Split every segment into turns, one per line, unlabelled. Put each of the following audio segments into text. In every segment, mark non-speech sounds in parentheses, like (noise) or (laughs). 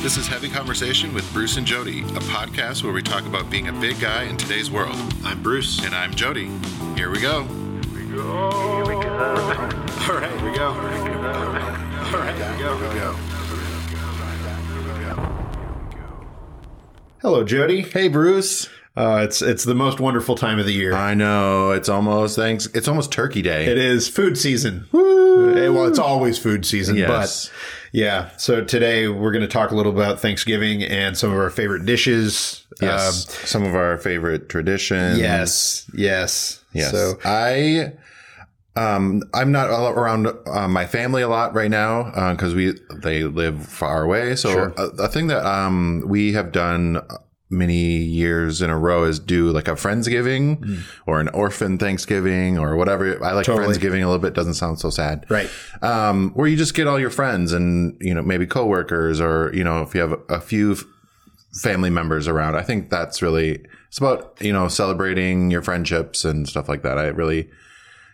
This is Heavy Conversation with Bruce and Jody, a podcast where we talk about being a big guy in today's world.
I'm Bruce.
And I'm Jody. Here we go.
(laughs) All right, here we go. All right, here we go. Hello, Jody.
Hey, Bruce.
Uh, it's it's the most wonderful time of the year.
I know it's almost thanks. It's almost Turkey Day.
It is food season. Eh, Well, it's always food season,
Yes.
but yeah. So today we're going to talk a little about Thanksgiving and some of our favorite dishes.
yes,
Um,
some of our favorite traditions.
yes. Yes.
Yes.
So
I um I'm not all around uh, my family a lot right now because we they live far away. So
Sure.
a, a thing that um we have done many years in a row is do like a friendsgiving or an orphan thanksgiving or whatever. I
Mm.
like
Totally.
friendsgiving a little bit. Doesn't sound so sad,
Right.
Um, where you just get all your friends and you know maybe coworkers or you know if you have a few family members around. I think that's really it's about you know celebrating your friendships and stuff like that. I really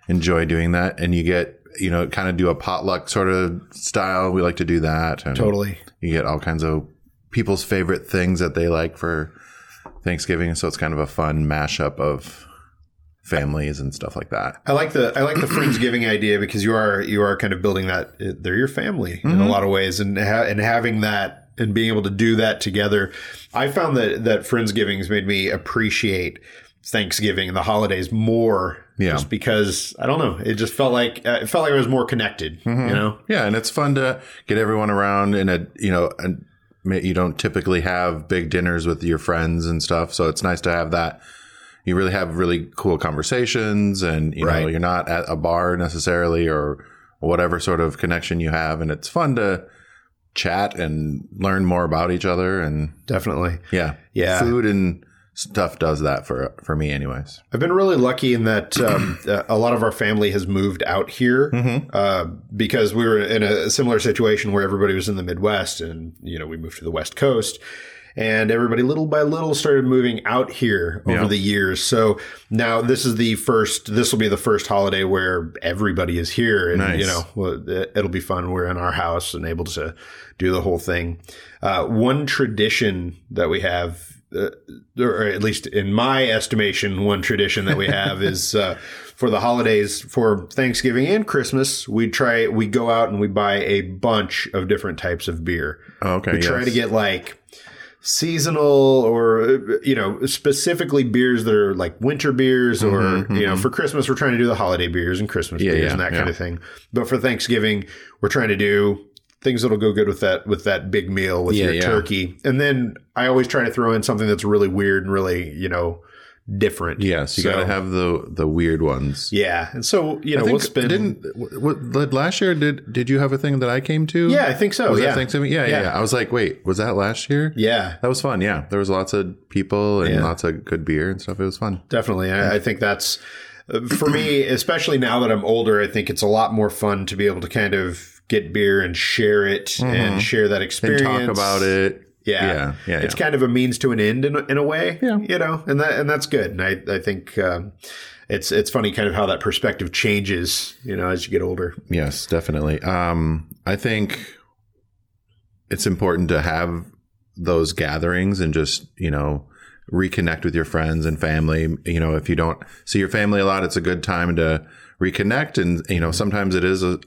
enjoy doing that, and you get you know kind of do a potluck sort of style. We like to do that. And
totally.
you get all kinds of people's favorite things that they like for Thanksgiving. So it's kind of a fun mashup of families and stuff like that.
I like the I like the friendsgiving idea because you are you are kind of building that uh, they're your family in a lot of ways and ha- and having that and being able to do that together. I found that that friendsgivings made me appreciate Thanksgiving and the holidays more.
Yeah.
Just because I don't know, it just felt like uh, it felt like I was more connected. You know,
Yeah, and it's fun to get everyone around in a you know and ma- you don't typically have big dinners with your friends and stuff, so it's nice to have that. You really have really cool conversations, and you know
Right.
you're not at a bar necessarily or whatever sort of connection you have, and it's fun to chat and learn more about each other. And
definitely.
yeah,
Yeah.
food and stuff does that for for me, anyways.
I've been really lucky in that um, (clears throat) uh, a lot of our family has moved out here
Mm-hmm.
uh, because we were in a similar situation where everybody was in the Midwest, and you know we moved to the West Coast, and everybody little by little started moving out here over
Yeah.
the years. So now this is the first. This will be the first holiday where everybody is here, and
Nice.
you know well, it- it'll be fun. We're in our house and able to do the whole thing. Uh, one tradition that we have, uh, or at least in my estimation, one tradition that we have is uh, for the holidays, for Thanksgiving and Christmas, we try, we go out and we buy a bunch of different types of beer.
Okay,
We try to get like seasonal or uh, you know specifically beers that are like winter beers or you know for christmas we're trying to do the holiday beers and christmas beers
Mm-hmm, yeah,
and that
yeah.
kind of thing but for thanksgiving we're trying to do things that'll go good with that with that big meal with
Yeah,
your
yeah.
turkey and then i always try to throw in something that's really weird and really you know different
yes, you
So,
gotta have the the weird ones.
yeah and so you know
I
we'll
think
spend
didn't w- w- last year did did you have a thing that I came to?
yeah i think so
was
yeah
that Thanksgiving? Yeah, yeah,
Yeah.
yeah. I was like, wait, was that last year?
yeah
that was fun. Yeah, there was lots of people and
Yeah.
lots of good beer and stuff. It was fun.
definitely. I, I think that's uh, for me, (clears throat) especially now that I'm older. I think it's a lot more fun to be able to kind of get beer and share it and share that
Mm-hmm. And
experience.
talk about it.
Yeah.
yeah, yeah.
It's
yeah.
kind of a means to an end in, a- in a way,
Yeah.
you know, and that, and that's good. And I, I think, um, it's, it's funny kind of how that perspective changes, you know, as you get older.
Yes, definitely. Um, I think it's important to have those gatherings and just, you know, reconnect with your friends and family. You know, if you don't see your family a lot, it's a good time to reconnect. And, you know, sometimes it is a,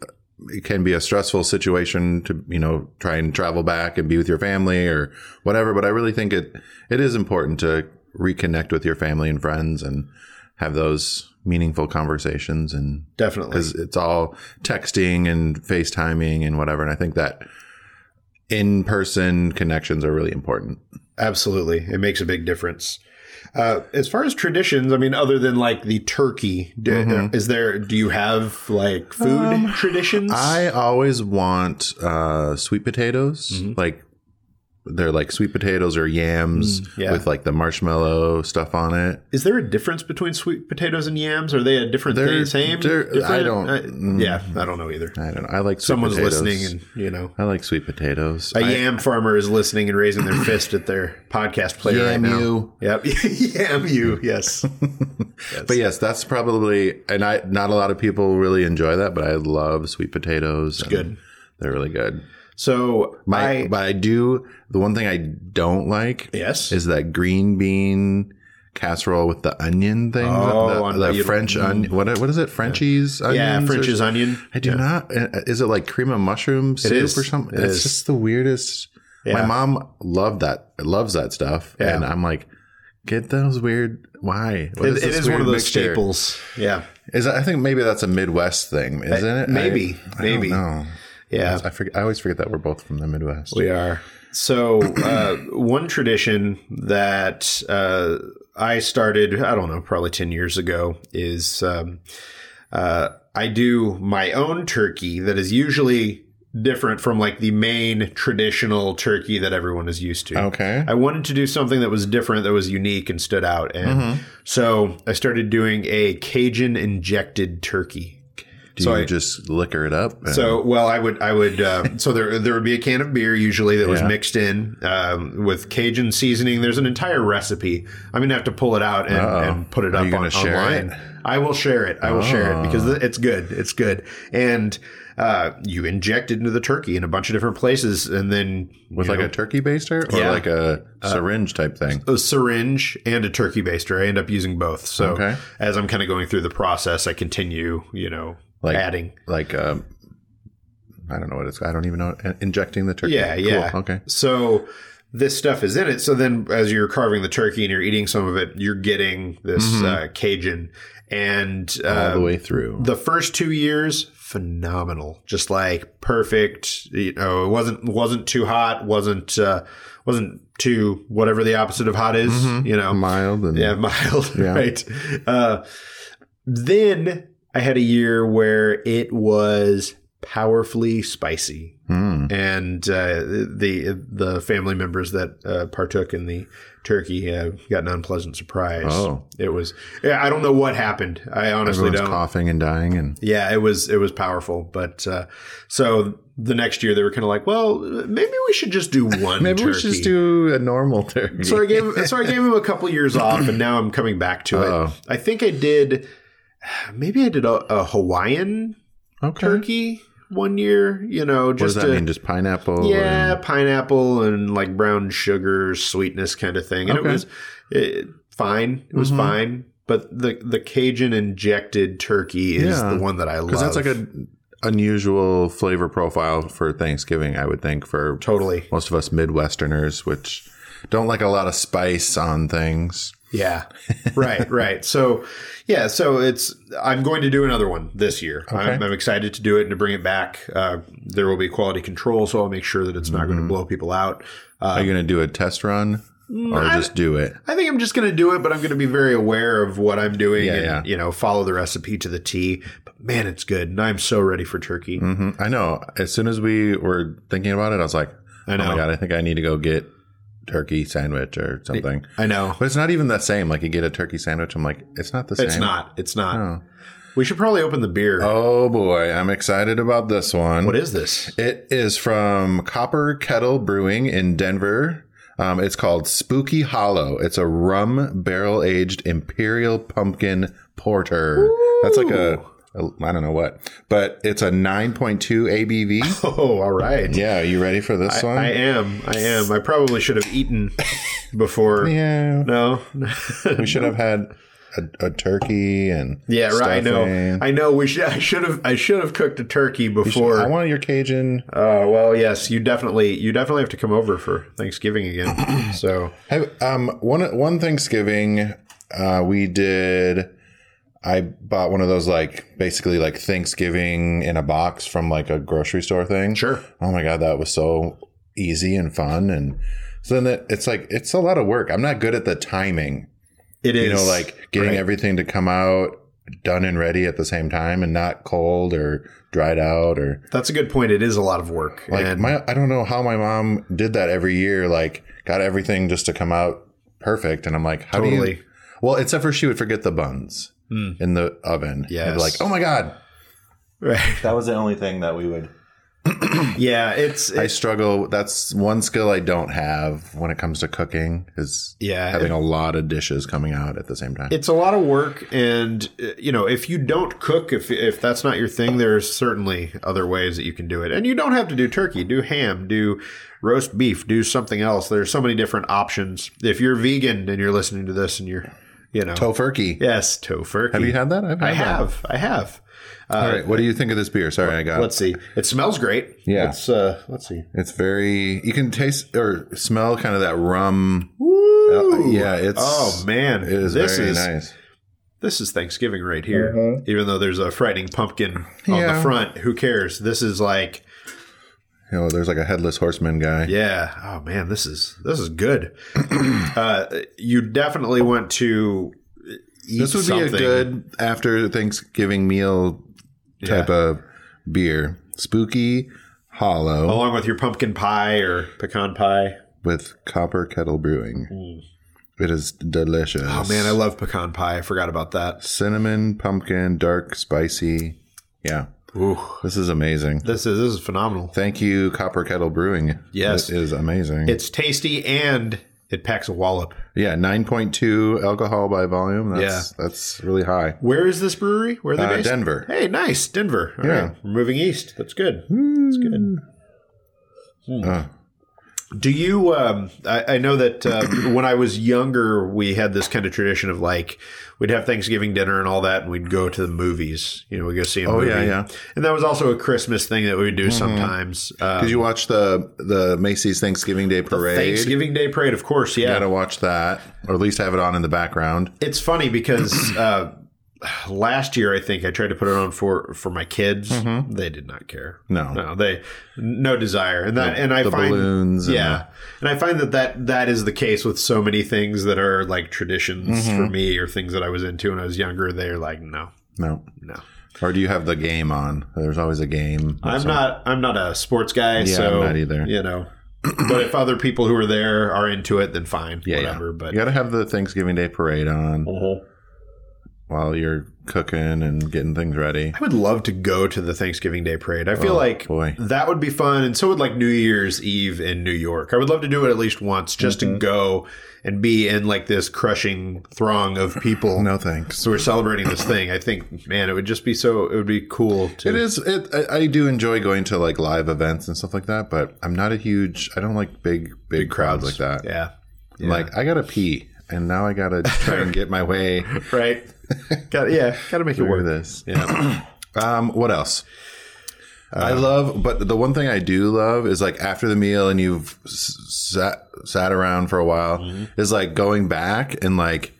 it can be a stressful situation to, you know, try and travel back and be with your family or whatever. But I really think it, it is important to reconnect with your family and friends and have those meaningful conversations and
Definitely.
because it's all texting and FaceTiming and whatever. And I think that in person connections are really important.
Absolutely. It makes a big difference. Uh, as far as traditions, I mean, other than like the turkey, d-
Mm-hmm.
is there, do you have like food traditions?
Um, I always want uh, sweet potatoes, like they're like sweet potatoes or yams
yeah.
with like the marshmallow stuff on it.
Is there a difference between sweet potatoes and yams? Are they a different
They're-
thing? Same?
they're-
different?
I don't-
Uh,
mm.
yeah, I don't know either.
I don't know. I like sweet
Someone's
potatoes.
listening, and you know,
I like sweet potatoes.
a
I-
yam farmer is listening and raising their fist at their podcast player right
Yam
now.
you.
Yep, (laughs) yam you. Yes,
But yes, that's probably and I not a lot of people really enjoy that, but I love sweet potatoes. and
good.
They're really good.
So
My,
I
but I do the one thing I don't like
yes.
is that green bean casserole with the onion thing.
Oh,
the,
on-
the
you-
French onion. What what is it? Frenchies?
yeah,
onions or-
French's onion.
I do not. uh, Is it like cream of mushroom soup
is.
or something?
It
it's
is.
just the weirdest. My
Yeah.
mom loved that. Loves that stuff,
Yeah.
and I'm like, get those weird. Why? What
It, it
this
is one
weird
of those
mixture?
staples. Yeah.
Is that, I think maybe that's a Midwest thing, isn't it?
Uh, maybe,
I,
maybe.
I don't know.
Yeah.
I forget. I always forget that we're both from the Midwest.
We are. So, uh, one tradition that uh, I started, I don't know, probably 10 years ago, is um, uh, I do my own turkey that is usually different from like the main traditional turkey that everyone is used to.
Okay.
I wanted to do something that was different, that was unique and stood out. And so I started doing a Cajun injected turkey.
Do
so
you
I-
just liquor it up? and-
So, well, I would, I would,
(laughs)
uh, so there, there would be a can of beer usually that was
Yeah.
mixed in um, with Cajun seasoning. There's an entire recipe. I'm gonna have to pull it out and,
Uh-oh.
and put it
Are
up
you
on,
gonna share Oh.
online. I will share it. I will share it because it's good. It's good. And uh, you inject it into the turkey in a bunch of different places, and then
with
you
like
know,
a turkey baster or
Yeah. Uh,
like a syringe type thing.
a syringe and a turkey baster. I end up using both. So
Okay.
as I'm kind of going through the process, I continue, you know,
Like-
adding.
like um I don't know what it's. I don't even know. Injecting the turkey.
Yeah,
Cool.
yeah.
Okay.
So this stuff is in it. So then as you're carving the turkey and you're eating some of it, you're getting this uh, Cajun. And
All the
uh,
way through.
the first two years, phenomenal. Just like perfect. You know, it wasn't wasn't too hot, wasn't uh, wasn't too whatever the opposite of hot is, you know.
mild and
Yeah, (laughs) mild,
Yeah.
right? Uh, then I had a year where it was powerfully spicy,
Mm.
and uh, the the family members that uh, partook in the turkey uh, got an unpleasant surprise.
Oh.
It was yeah, I don't know what happened. I honestly
everyone's
don't.
coughing and dying and
Yeah, it was it was powerful, but uh, so the next year they were kind of like, well, maybe we should just do one.
(laughs) maybe we should
turkey.
just do a normal (laughs) turkey.
So I gave so I gave him a couple years off, and now I'm coming back to it.
Uh-oh.
I think I did, maybe I did a, a Hawaiian
okay.
turkey one year. You know,
Hmm. What does
just
that
a,
mean? Just pineapple?
yeah,
and-
pineapple and like brown sugar sweetness kind of thing, and
Okay.
it was it, fine. It was
Mhm.
fine, but the the Cajun injected turkey is
Yeah,
the one that I love
because that's like a unusual flavor profile for Thanksgiving, I would think, for
totally
most of us Midwesterners, which don't like a lot of spice on things.
Yeah. Right, right. So, yeah, so it's, I'm going to do another one this year. I'm, I'm excited to do it and to bring it back. Uh, there will be quality control, so I'll make sure that it's not going to
Mm-hmm.
blow people out. Uh,
Are you going to do a test run or just do it?
I think I'm just going to do it, but I'm going to be very aware of what I'm doing
Yeah,
and,
yeah.
you know, follow the recipe to the T. But man, it's good. And I'm so ready for turkey.
hmm I know. As soon as we were thinking about it, I was like,
I
"Oh my
know.
god, I think I need to go get turkey sandwich or something."
I know.
But it's not even the same. Like you get a turkey sandwich, I'm like, it's not the same.
It's not. It's not.
No.
We should probably open the beer.
Oh boy, I'm excited about this one.
What is this? (laughs)
It is from Copper Kettle Brewing in Denver. Um, it's called Spooky Hollow. It's a rum barrel aged imperial pumpkin porter. That's like a, a I don't know what, but it's a
(laughs)
9.2 ABV.
Oh, all right.
yeah, you ready for this one?
I am. I am. I probably should have eaten before.
(laughs) yeah,
No. (laughs)
we should have had a, a turkey and
yeah, right. I know.
stuffing.
I know. We should. I should have. I should have cooked a turkey before.
I want your Cajun.
uh, well, yes. You definitely. You definitely have to come over for Thanksgiving
(clears throat)
again. so
Have, um, one one Thanksgiving, uh, we did. I bought one of those like basically like Thanksgiving in a box from like a grocery store thing.
sure.
Oh my god, that was so easy and fun, and so then it, it's like it's a lot of work. I'm not good at the timing.
It is.
You know, like getting
Right.
everything to come out done and ready at the same time, and not cold or dried out or
That's a good point. It is a lot of work.
like
and
my, I don't know how my mom did that every year. Like, got everything just to come out perfect, and I'm like, how do
totally.
you? Well, except for she would forget the buns
Mm.
in the oven. Yeah,
Yes.
like, oh my god,
Right.
that was the only thing that we would.
(laughs) yeah, it's,
I
it's
struggle. That's one skill I don't have when it comes to cooking is
yeah,
having a lot of dishes coming out at the same time.
it's a lot of work and uh, you know if you don't cook if if that's not your thing there's certainly other ways that you can do it and you don't have to do turkey do ham do roast beef do something else there's so many different options if you're vegan and you're listening to this and you're you know
Tofurkey.
yes tofurkey
Have you had that? I've had
i
that.
have i have uh,
All right. What do you think of this beer? Sorry, I got.
let's see it smells great
Yeah.
it's uh let's see
It's very. You can taste or smell kind of that rum.
Woo!
Uh, yeah, it's.
oh man
it is
this
very
is
nice.
this is Thanksgiving right here. Even though there's a frightening pumpkin on the
Yeah.
front, who cares? This is like,
You know, there's like a headless horseman guy.
yeah, oh man, this is this is good. (clears throat) uh, you definitely want to eat
this would
something.
be a good after Thanksgiving meal type of beer. Spooky, hollow,
along with your pumpkin pie or pecan pie.
with copper kettle brewing. It is delicious.
Mm. Oh man, I love pecan pie. I forgot about that.
cinnamon, pumpkin, dark, spicy. Yeah,
Ooh,
this is amazing.
this is this is phenomenal.
Thank you, Copper Kettle Brewing.
Yes.
it is amazing.
It's tasty and it packs a wallop.
yeah, nine point two alcohol by volume. That's, that's really high.
Where is this brewery? Where are they
Uh,
based?
Denver.
Hey, nice Denver. All
Yeah. Hmm.
right, we're moving east. That's good. That's good. Hmm.
Uh,
Do you? Um, I, I know that uh, (clears throat) when I was younger, we had this kind of tradition of like we'd have Thanksgiving dinner and all that, and we'd go to the movies. You know, we go see a
Oh,
movie.
yeah, yeah. Mm-hmm.
And that was also a Christmas thing that we would do sometimes. Uh,
did you watch the the Macy's Thanksgiving Day Parade?
Thanksgiving Day parade, of course. Yeah,
Gotta watch that, or at least have it on in the background.
it's funny because
(clears throat)
uh, last year I think I tried to put it on for for my kids. They did not care.
Mm-hmm. No.
no, they no desire, and that and I
the
find
balloons and
yeah, and I find that that that is the case with so many things that are like traditions
Mm-hmm.
for me or things that I was into when I was younger. They're like no,
No.
no.
Or do you have the game on? There's always a game.
I'm not. I'm not a sports guy.
Yeah,
so,
I'm not either.
You know, but if other people who are there are into it, then fine.
Yeah, yeah.
whatever. But
You gotta have the Thanksgiving Day Parade on
Mhm.
while you're cooking and getting things ready.
I would love to go to the Thanksgiving Day parade. I feel like
Oh, boy.
that would be fun, and so would like New Year's Eve in New York. I would love to do it at least once, just
Mm-hmm.
to go and be in like this crushing throng of people.
(laughs) No thanks.
So we're celebrating this thing. I think, man, it would just be so. It would be cool to.
It is. It, I, I do enjoy going to like live events and stuff like that, but I'm not a huge. I don't like big, big, crowds. like that.
Yeah.
I'm Like I gotta pee, and now I gotta try
(laughs)
and get my way
(laughs) Right. Got yeah. Got to make it
through
work.
this.
Yeah.
(clears throat) Um, what else? I
Uh,
love, but the one thing I do love is like after the meal and you've s- sat sat around for a while
Mm-hmm.
is like going back and like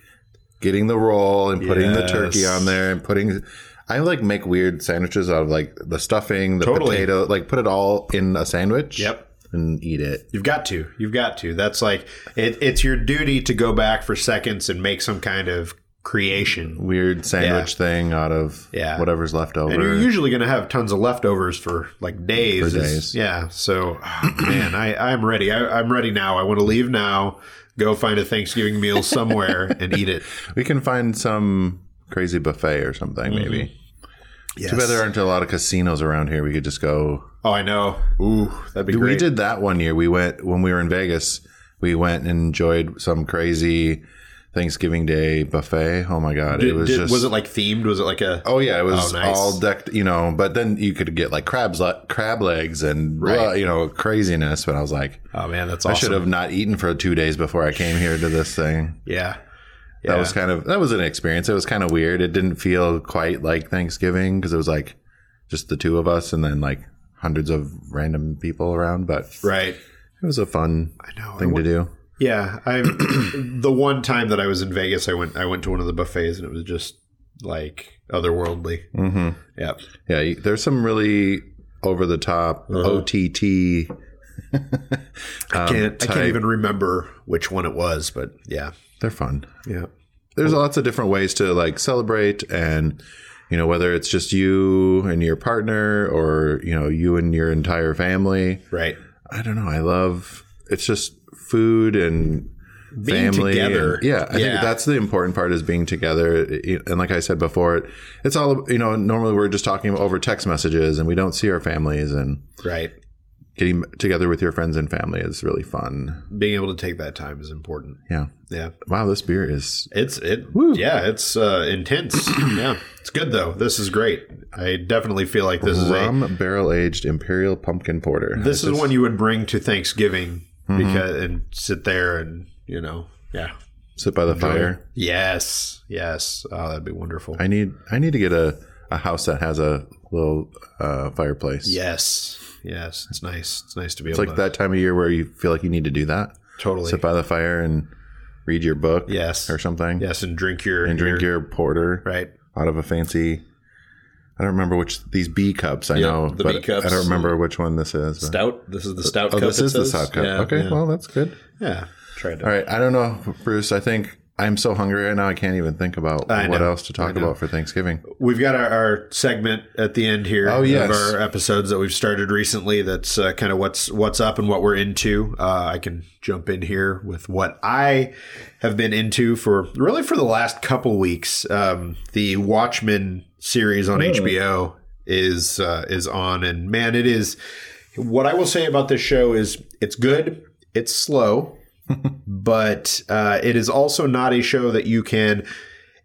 getting the roll and putting the
Yes.
turkey on there and putting. I like make weird sandwiches out of like the stuffing, the
Totally.
potato, like put it all in a sandwich.
Yep.
and eat it.
You've got to. You've got to. That's like it, it's your duty to go back for seconds and make some kind of creation.
Weird sandwich thing out of
Yeah.
whatever's left over.
And you're usually going to have tons of leftovers for like days.
For days.
Yeah. So, oh, man, I, I'm ready. I, I'm ready now. I want to leave now, go find a Thanksgiving meal
(laughs)
somewhere and eat it.
we can find some crazy buffet or something
Mm-hmm.
maybe.
Yes.
Too bad there aren't a lot of casinos around here. We could just go.
Oh, I know. Ooh, that'd be great.
We did that one year. We went when we were in Vegas. We went and enjoyed some crazy Thanksgiving Day buffet. Oh my god,
Did-
it was
did-
just.
was it like themed? Was it like a.
Oh yeah, it was
Oh, nice.
all decked, you know. But then you could get like crabs, le- crab legs, and blah,
Right.
you know craziness. But I was like,
Oh, man, that's
I
awesome.
should have not eaten for two days before I came here to this thing.
Yeah. Yeah.
That was kind of that was an experience. It was kind of weird. It didn't feel quite like Thanksgiving because it was like just the two of us and then like hundreds of random people around. But
right.
it was a fun
I know. I
thing to do.
Yeah, I (coughs) the one time that I was in Vegas, I went I went to one of the buffets and it was just like otherworldly.
hmm
Yeah,
Yeah, you- there's some really over the top
Uh-huh.
OTT.
I
um,
can't I
type-
can't even remember which one it was, but yeah,
They're fun.
yeah,
There's lots of different ways to like celebrate and you know whether it's just you and your partner or you know you and your entire family.
right.
I don't know. I love it's just food and
Being
family.
together.
and- yeah, I
Yeah.
think that's the important part is being together. It- And like I said before, it, it's all you know. Normally we're just talking over text messages, and we don't see our families. And
Right.
getting together with your friends and family is really fun.
Being able to take that time is important.
Yeah.
Yeah.
Wow, this beer is.
It's it yeah, it's uh
(clears throat)
intense. yeah. It's good though. This is great. I definitely feel like this is a
Rum barrel aged imperial pumpkin porter.
this is one you would bring to Thanksgiving
Mm-hmm.
because and sit there and you know yeah
sit by the fire.
yes yes oh that'd be wonderful
I need I need to get a, a house that has a little uh, fireplace.
yes yes it's nice it's nice to be
It's
able
like
to
that time of year where you feel like you need to do that.
totally
Sit by the fire and read your book
yes
or something.
yes and drink your
And drink your porter
right
out of a fancy I don't remember which these B cups I
Yeah,
know,
the
but
B cups.
I don't remember which one this is. but-
stout this is the stout
Oh,
cup
this
it
is the
says.
stout cup.
yeah,
okay,
yeah.
well that's good.
yeah tried to
All right, I don't know, Bruce. I think I'm so hungry right now. I can't even think about
I
what
know,
else to talk about for Thanksgiving.
We've got our, our segment at the end here
Oh, yes.
of our episodes that we've started recently. That's uh, kind of what's what's up and what we're into. Uh, I can jump in here with what I have been into for really for the last couple weeks. Um, the Watchmen series on HBO is uh, is on, and man, it is. What I will say about this show is it's good. It's slow, but uh, it is also not a show that you can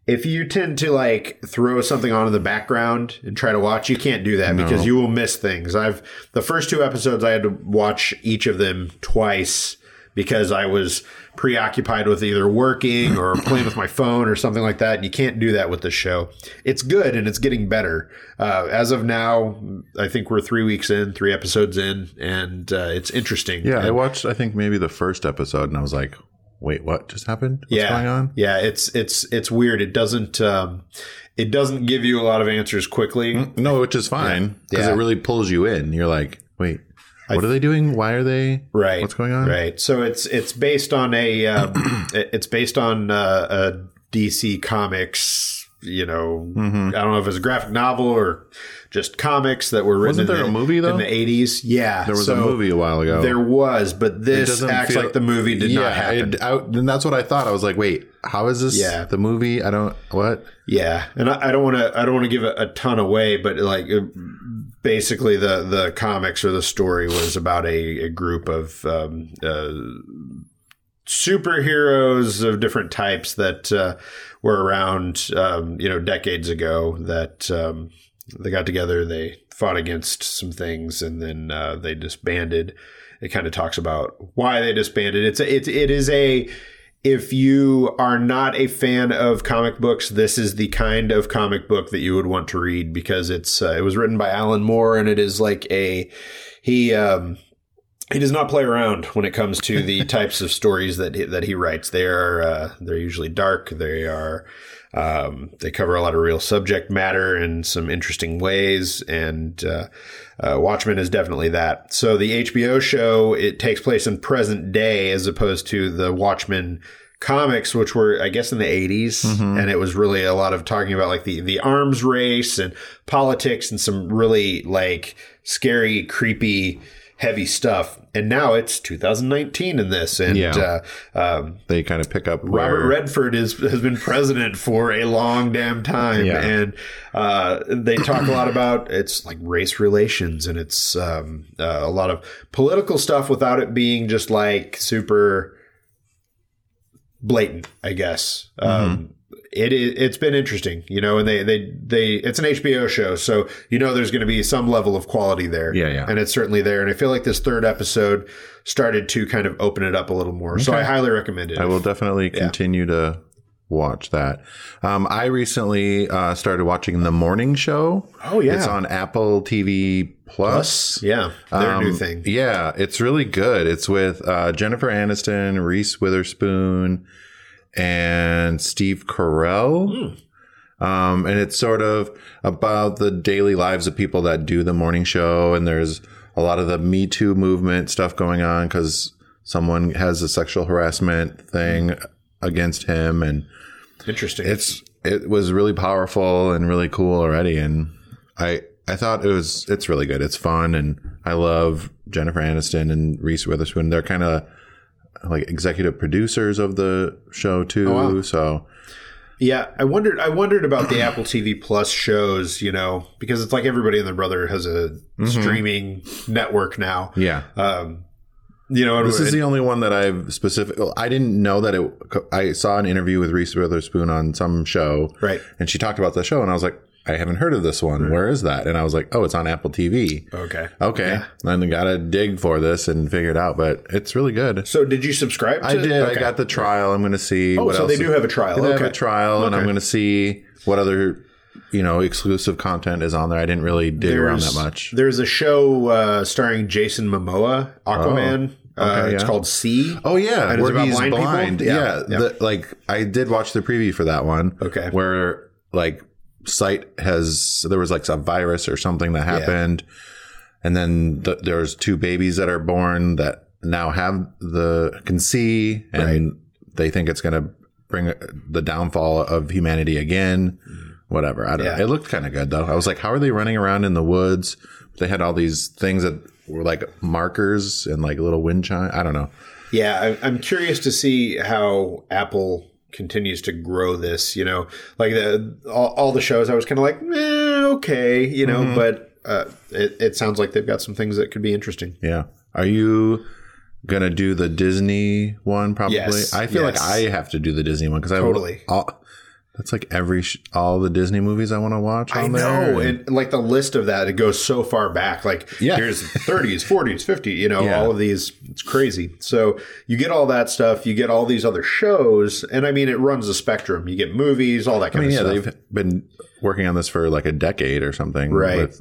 if you tend to like throw something on in the background and try to watch, you can't do that because you will miss things. I've the first two episodes I had to watch each of them twice because I was preoccupied with either working
(coughs)
or playing with my phone or something like that. And you can't do that with this show. It's good and it's getting better. Uh, as of now, I think we're three weeks in, three episodes in, and uh, it's interesting.
Yeah, I
And-
watched. I think maybe the first episode, and I was like, "Wait, what just happened? What's going on?"
Yeah, it's it's it's weird. It doesn't um, it doesn't give you a lot of answers quickly.
No, which is fine because
Yeah.
it really pulls you in. You're like, "Wait, what are they doing? Why are they?
Right.
What's going on?"
Right. So it's it's based on a
(clears throat)
um, it- it's based on uh, a DC Comics. You know,
Mm-hmm.
I don't know if it's a graphic novel or just comics that were written.
Wasn't
in
there
the-
a movie, though?
in the eighties? Yeah,
There was a movie a while ago.
There was, but this
doesn't
acts
feel-
like the movie did
yeah,
not happen.
I, I, and that's what I thought. I was like, "Wait, how is this?
Yeah.
the movie? I don't what."
Yeah, and I, I don't want to. I don't want to give a, a ton away, but like, uh, basically, the the comics or the story was about a, a group of um, uh, superheroes of different types that uh, were around, um, you know, decades ago. That um, they got together, they fought against some things, and then uh, they disbanded. It kind of talks about why they disbanded. It's a, it, it is a if you are not a fan of comic books, this is the kind of comic book that you would want to read because it's uh, it was written by Alan Moore and it is like a he um, he does not play around when it comes to the types of stories that he, that he writes. They are uh, they're usually dark. They are um, they cover a lot of real subject matter in some interesting ways, and uh, uh, Watchmen is definitely that. So the HBO show it takes place in present day as opposed to the Watchmen comics, which were I guess in the 80s and it was really a lot of talking about like the the arms race and politics and some really like scary, creepy. Heavy stuff, and now it's 2019 in this, and
Yeah.
uh, um,
They kind of pick up
Robert
where-
Redford is has been president for a long damn time,
Yeah.
and uh, they talk a lot about it's like race relations and it's um, uh, a lot of political stuff without it being just like super blatant, I guess.
Mm-hmm.
Um, it is. It's been interesting, you know, and they they they. It's an HBO show, so you know there's going to be some level of quality there.
Yeah, yeah.
And it's certainly there. And I feel like this third episode started to kind of open it up a little more. So I highly recommend it.
I will definitely continue to watch that. Um, I recently uh, started watching The Morning Show.
Oh, yeah.
it's on Apple TV Plus.
Yeah, their new
Um,
thing.
Yeah, it's really good. It's with uh, Jennifer Aniston, Reese Witherspoon, and Steve Carell.
Hmm.
Um, and it's sort of about the daily lives of people that do the morning show. And there's a lot of the Me Too movement stuff going on because someone has a sexual harassment thing against him. And
Interesting.
it's it was really powerful and really cool already and i i thought it was it's really good it's fun and i love jennifer aniston and reese witherspoon they're kind of like executive producers of the show too.
Oh, wow.
So
Yeah, I wondered. I wondered about
(clears throat)
the Apple TV Plus shows, you know, because it's like everybody and their brother has a streaming network now.
Mm-hmm. yeah,
Um, you know,
this
and-
is the only one that I've specific. well, I didn't know that it. I saw an interview with Reese Witherspoon on some show,
right.
and she talked about the show, and I was like, I haven't heard of this one. Where is that? And I was like, Oh, it's on Apple TV.
Okay.
Okay, then gotta dig for this and figure it out. But it's really good.
So, did you subscribe? To
I did.
Okay.
I got the trial. I'm gonna see.
Oh,
what
so
else
they do have a trial.
They
okay.
have a trial, and I'm
Okay.
going to see what other you know exclusive content is on there. I didn't really dig around that much.
There's a show uh, starring Jason Momoa, Aquaman. uh,
Oh. Okay,
It's
yeah.
called Sea.
Oh yeah,
And it's
where
about
he's
blind people?
blind.
Yeah,
Yeah,
yeah.
the- like I did watch the preview for that one.
Okay.
where like sight has there was like some virus or something that happened, and then th- there's two babies that are born that now have the can see, and they think it's going to bring uh, the downfall of humanity again. Whatever. I don't.
Yeah.
It looked kind of good though. I was like, how are they running around in the woods? They had all these things that were like markers and like little wind chime. I don't know.
Yeah, I, I'm curious to see how Apple continues to grow this. You know, like the, all, all the shows, I was kind of like, eh, okay, you know, but uh, it, it sounds like they've got some things that could be interesting.
Yeah. Are you gonna do the Disney one? Probably.
Yes,
I feel
yes.
like I have to do the Disney one because I
Totally.
All, that's like every sh- all the Disney movies I want to watch.
I
on there.
know, and like the list of that, it goes so far back. Like
Yeah.
here's
(laughs)
30s, 40s, 50s. You know,
Yeah.
all of these. It's crazy. So you get all that stuff. You get all these other shows, and I mean, it runs the spectrum. You get movies, all that
I
kind
mean, yeah,
of stuff.
they've been working on this for like a decade or something,
Right.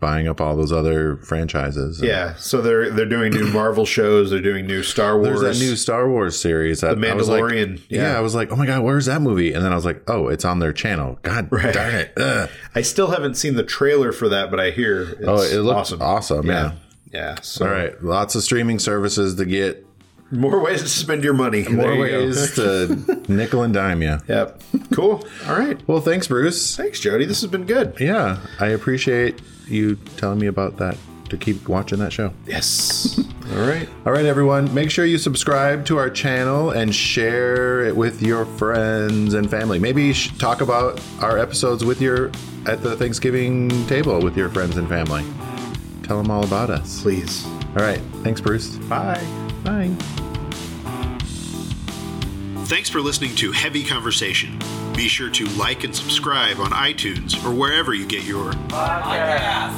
buying up all those other franchises.
Yeah, so they're they're doing
(clears throat)
new Marvel shows. They're doing new Star Wars.
There's that new Star Wars series, that
The
I was like-
Mandalorian,
yeah.
yeah.
I was like, oh my god, where's that movie? And then I was like, oh, it's on their channel. God
Right. (laughs)
darn it! Ugh.
I still haven't seen the trailer for that, but I hear it's
Oh, it looks
awesome.
awesome. yeah.
Yeah. So
All right, lots of streaming services to get
more ways to spend your money.
more
There you go.
ways to nickel and dime you.
(laughs) Yep. Cool. All right.
Well, thanks, Bruce.
Thanks, Jody. This has been good.
Yeah, I appreciate you telling me about that to keep watching that show.
Yes. All right.
All right, everyone, make sure you subscribe to our channel and share it with your friends and family. Maybe sh- talk about our episodes with your at the Thanksgiving table with your friends and family. Tell them all about us.
Please.
All right, thanks, Bruce.
Bye.
Bye.
Thanks for listening to Heavy Conversation. Be sure to like and subscribe on iTunes or wherever you get your
Podcasts.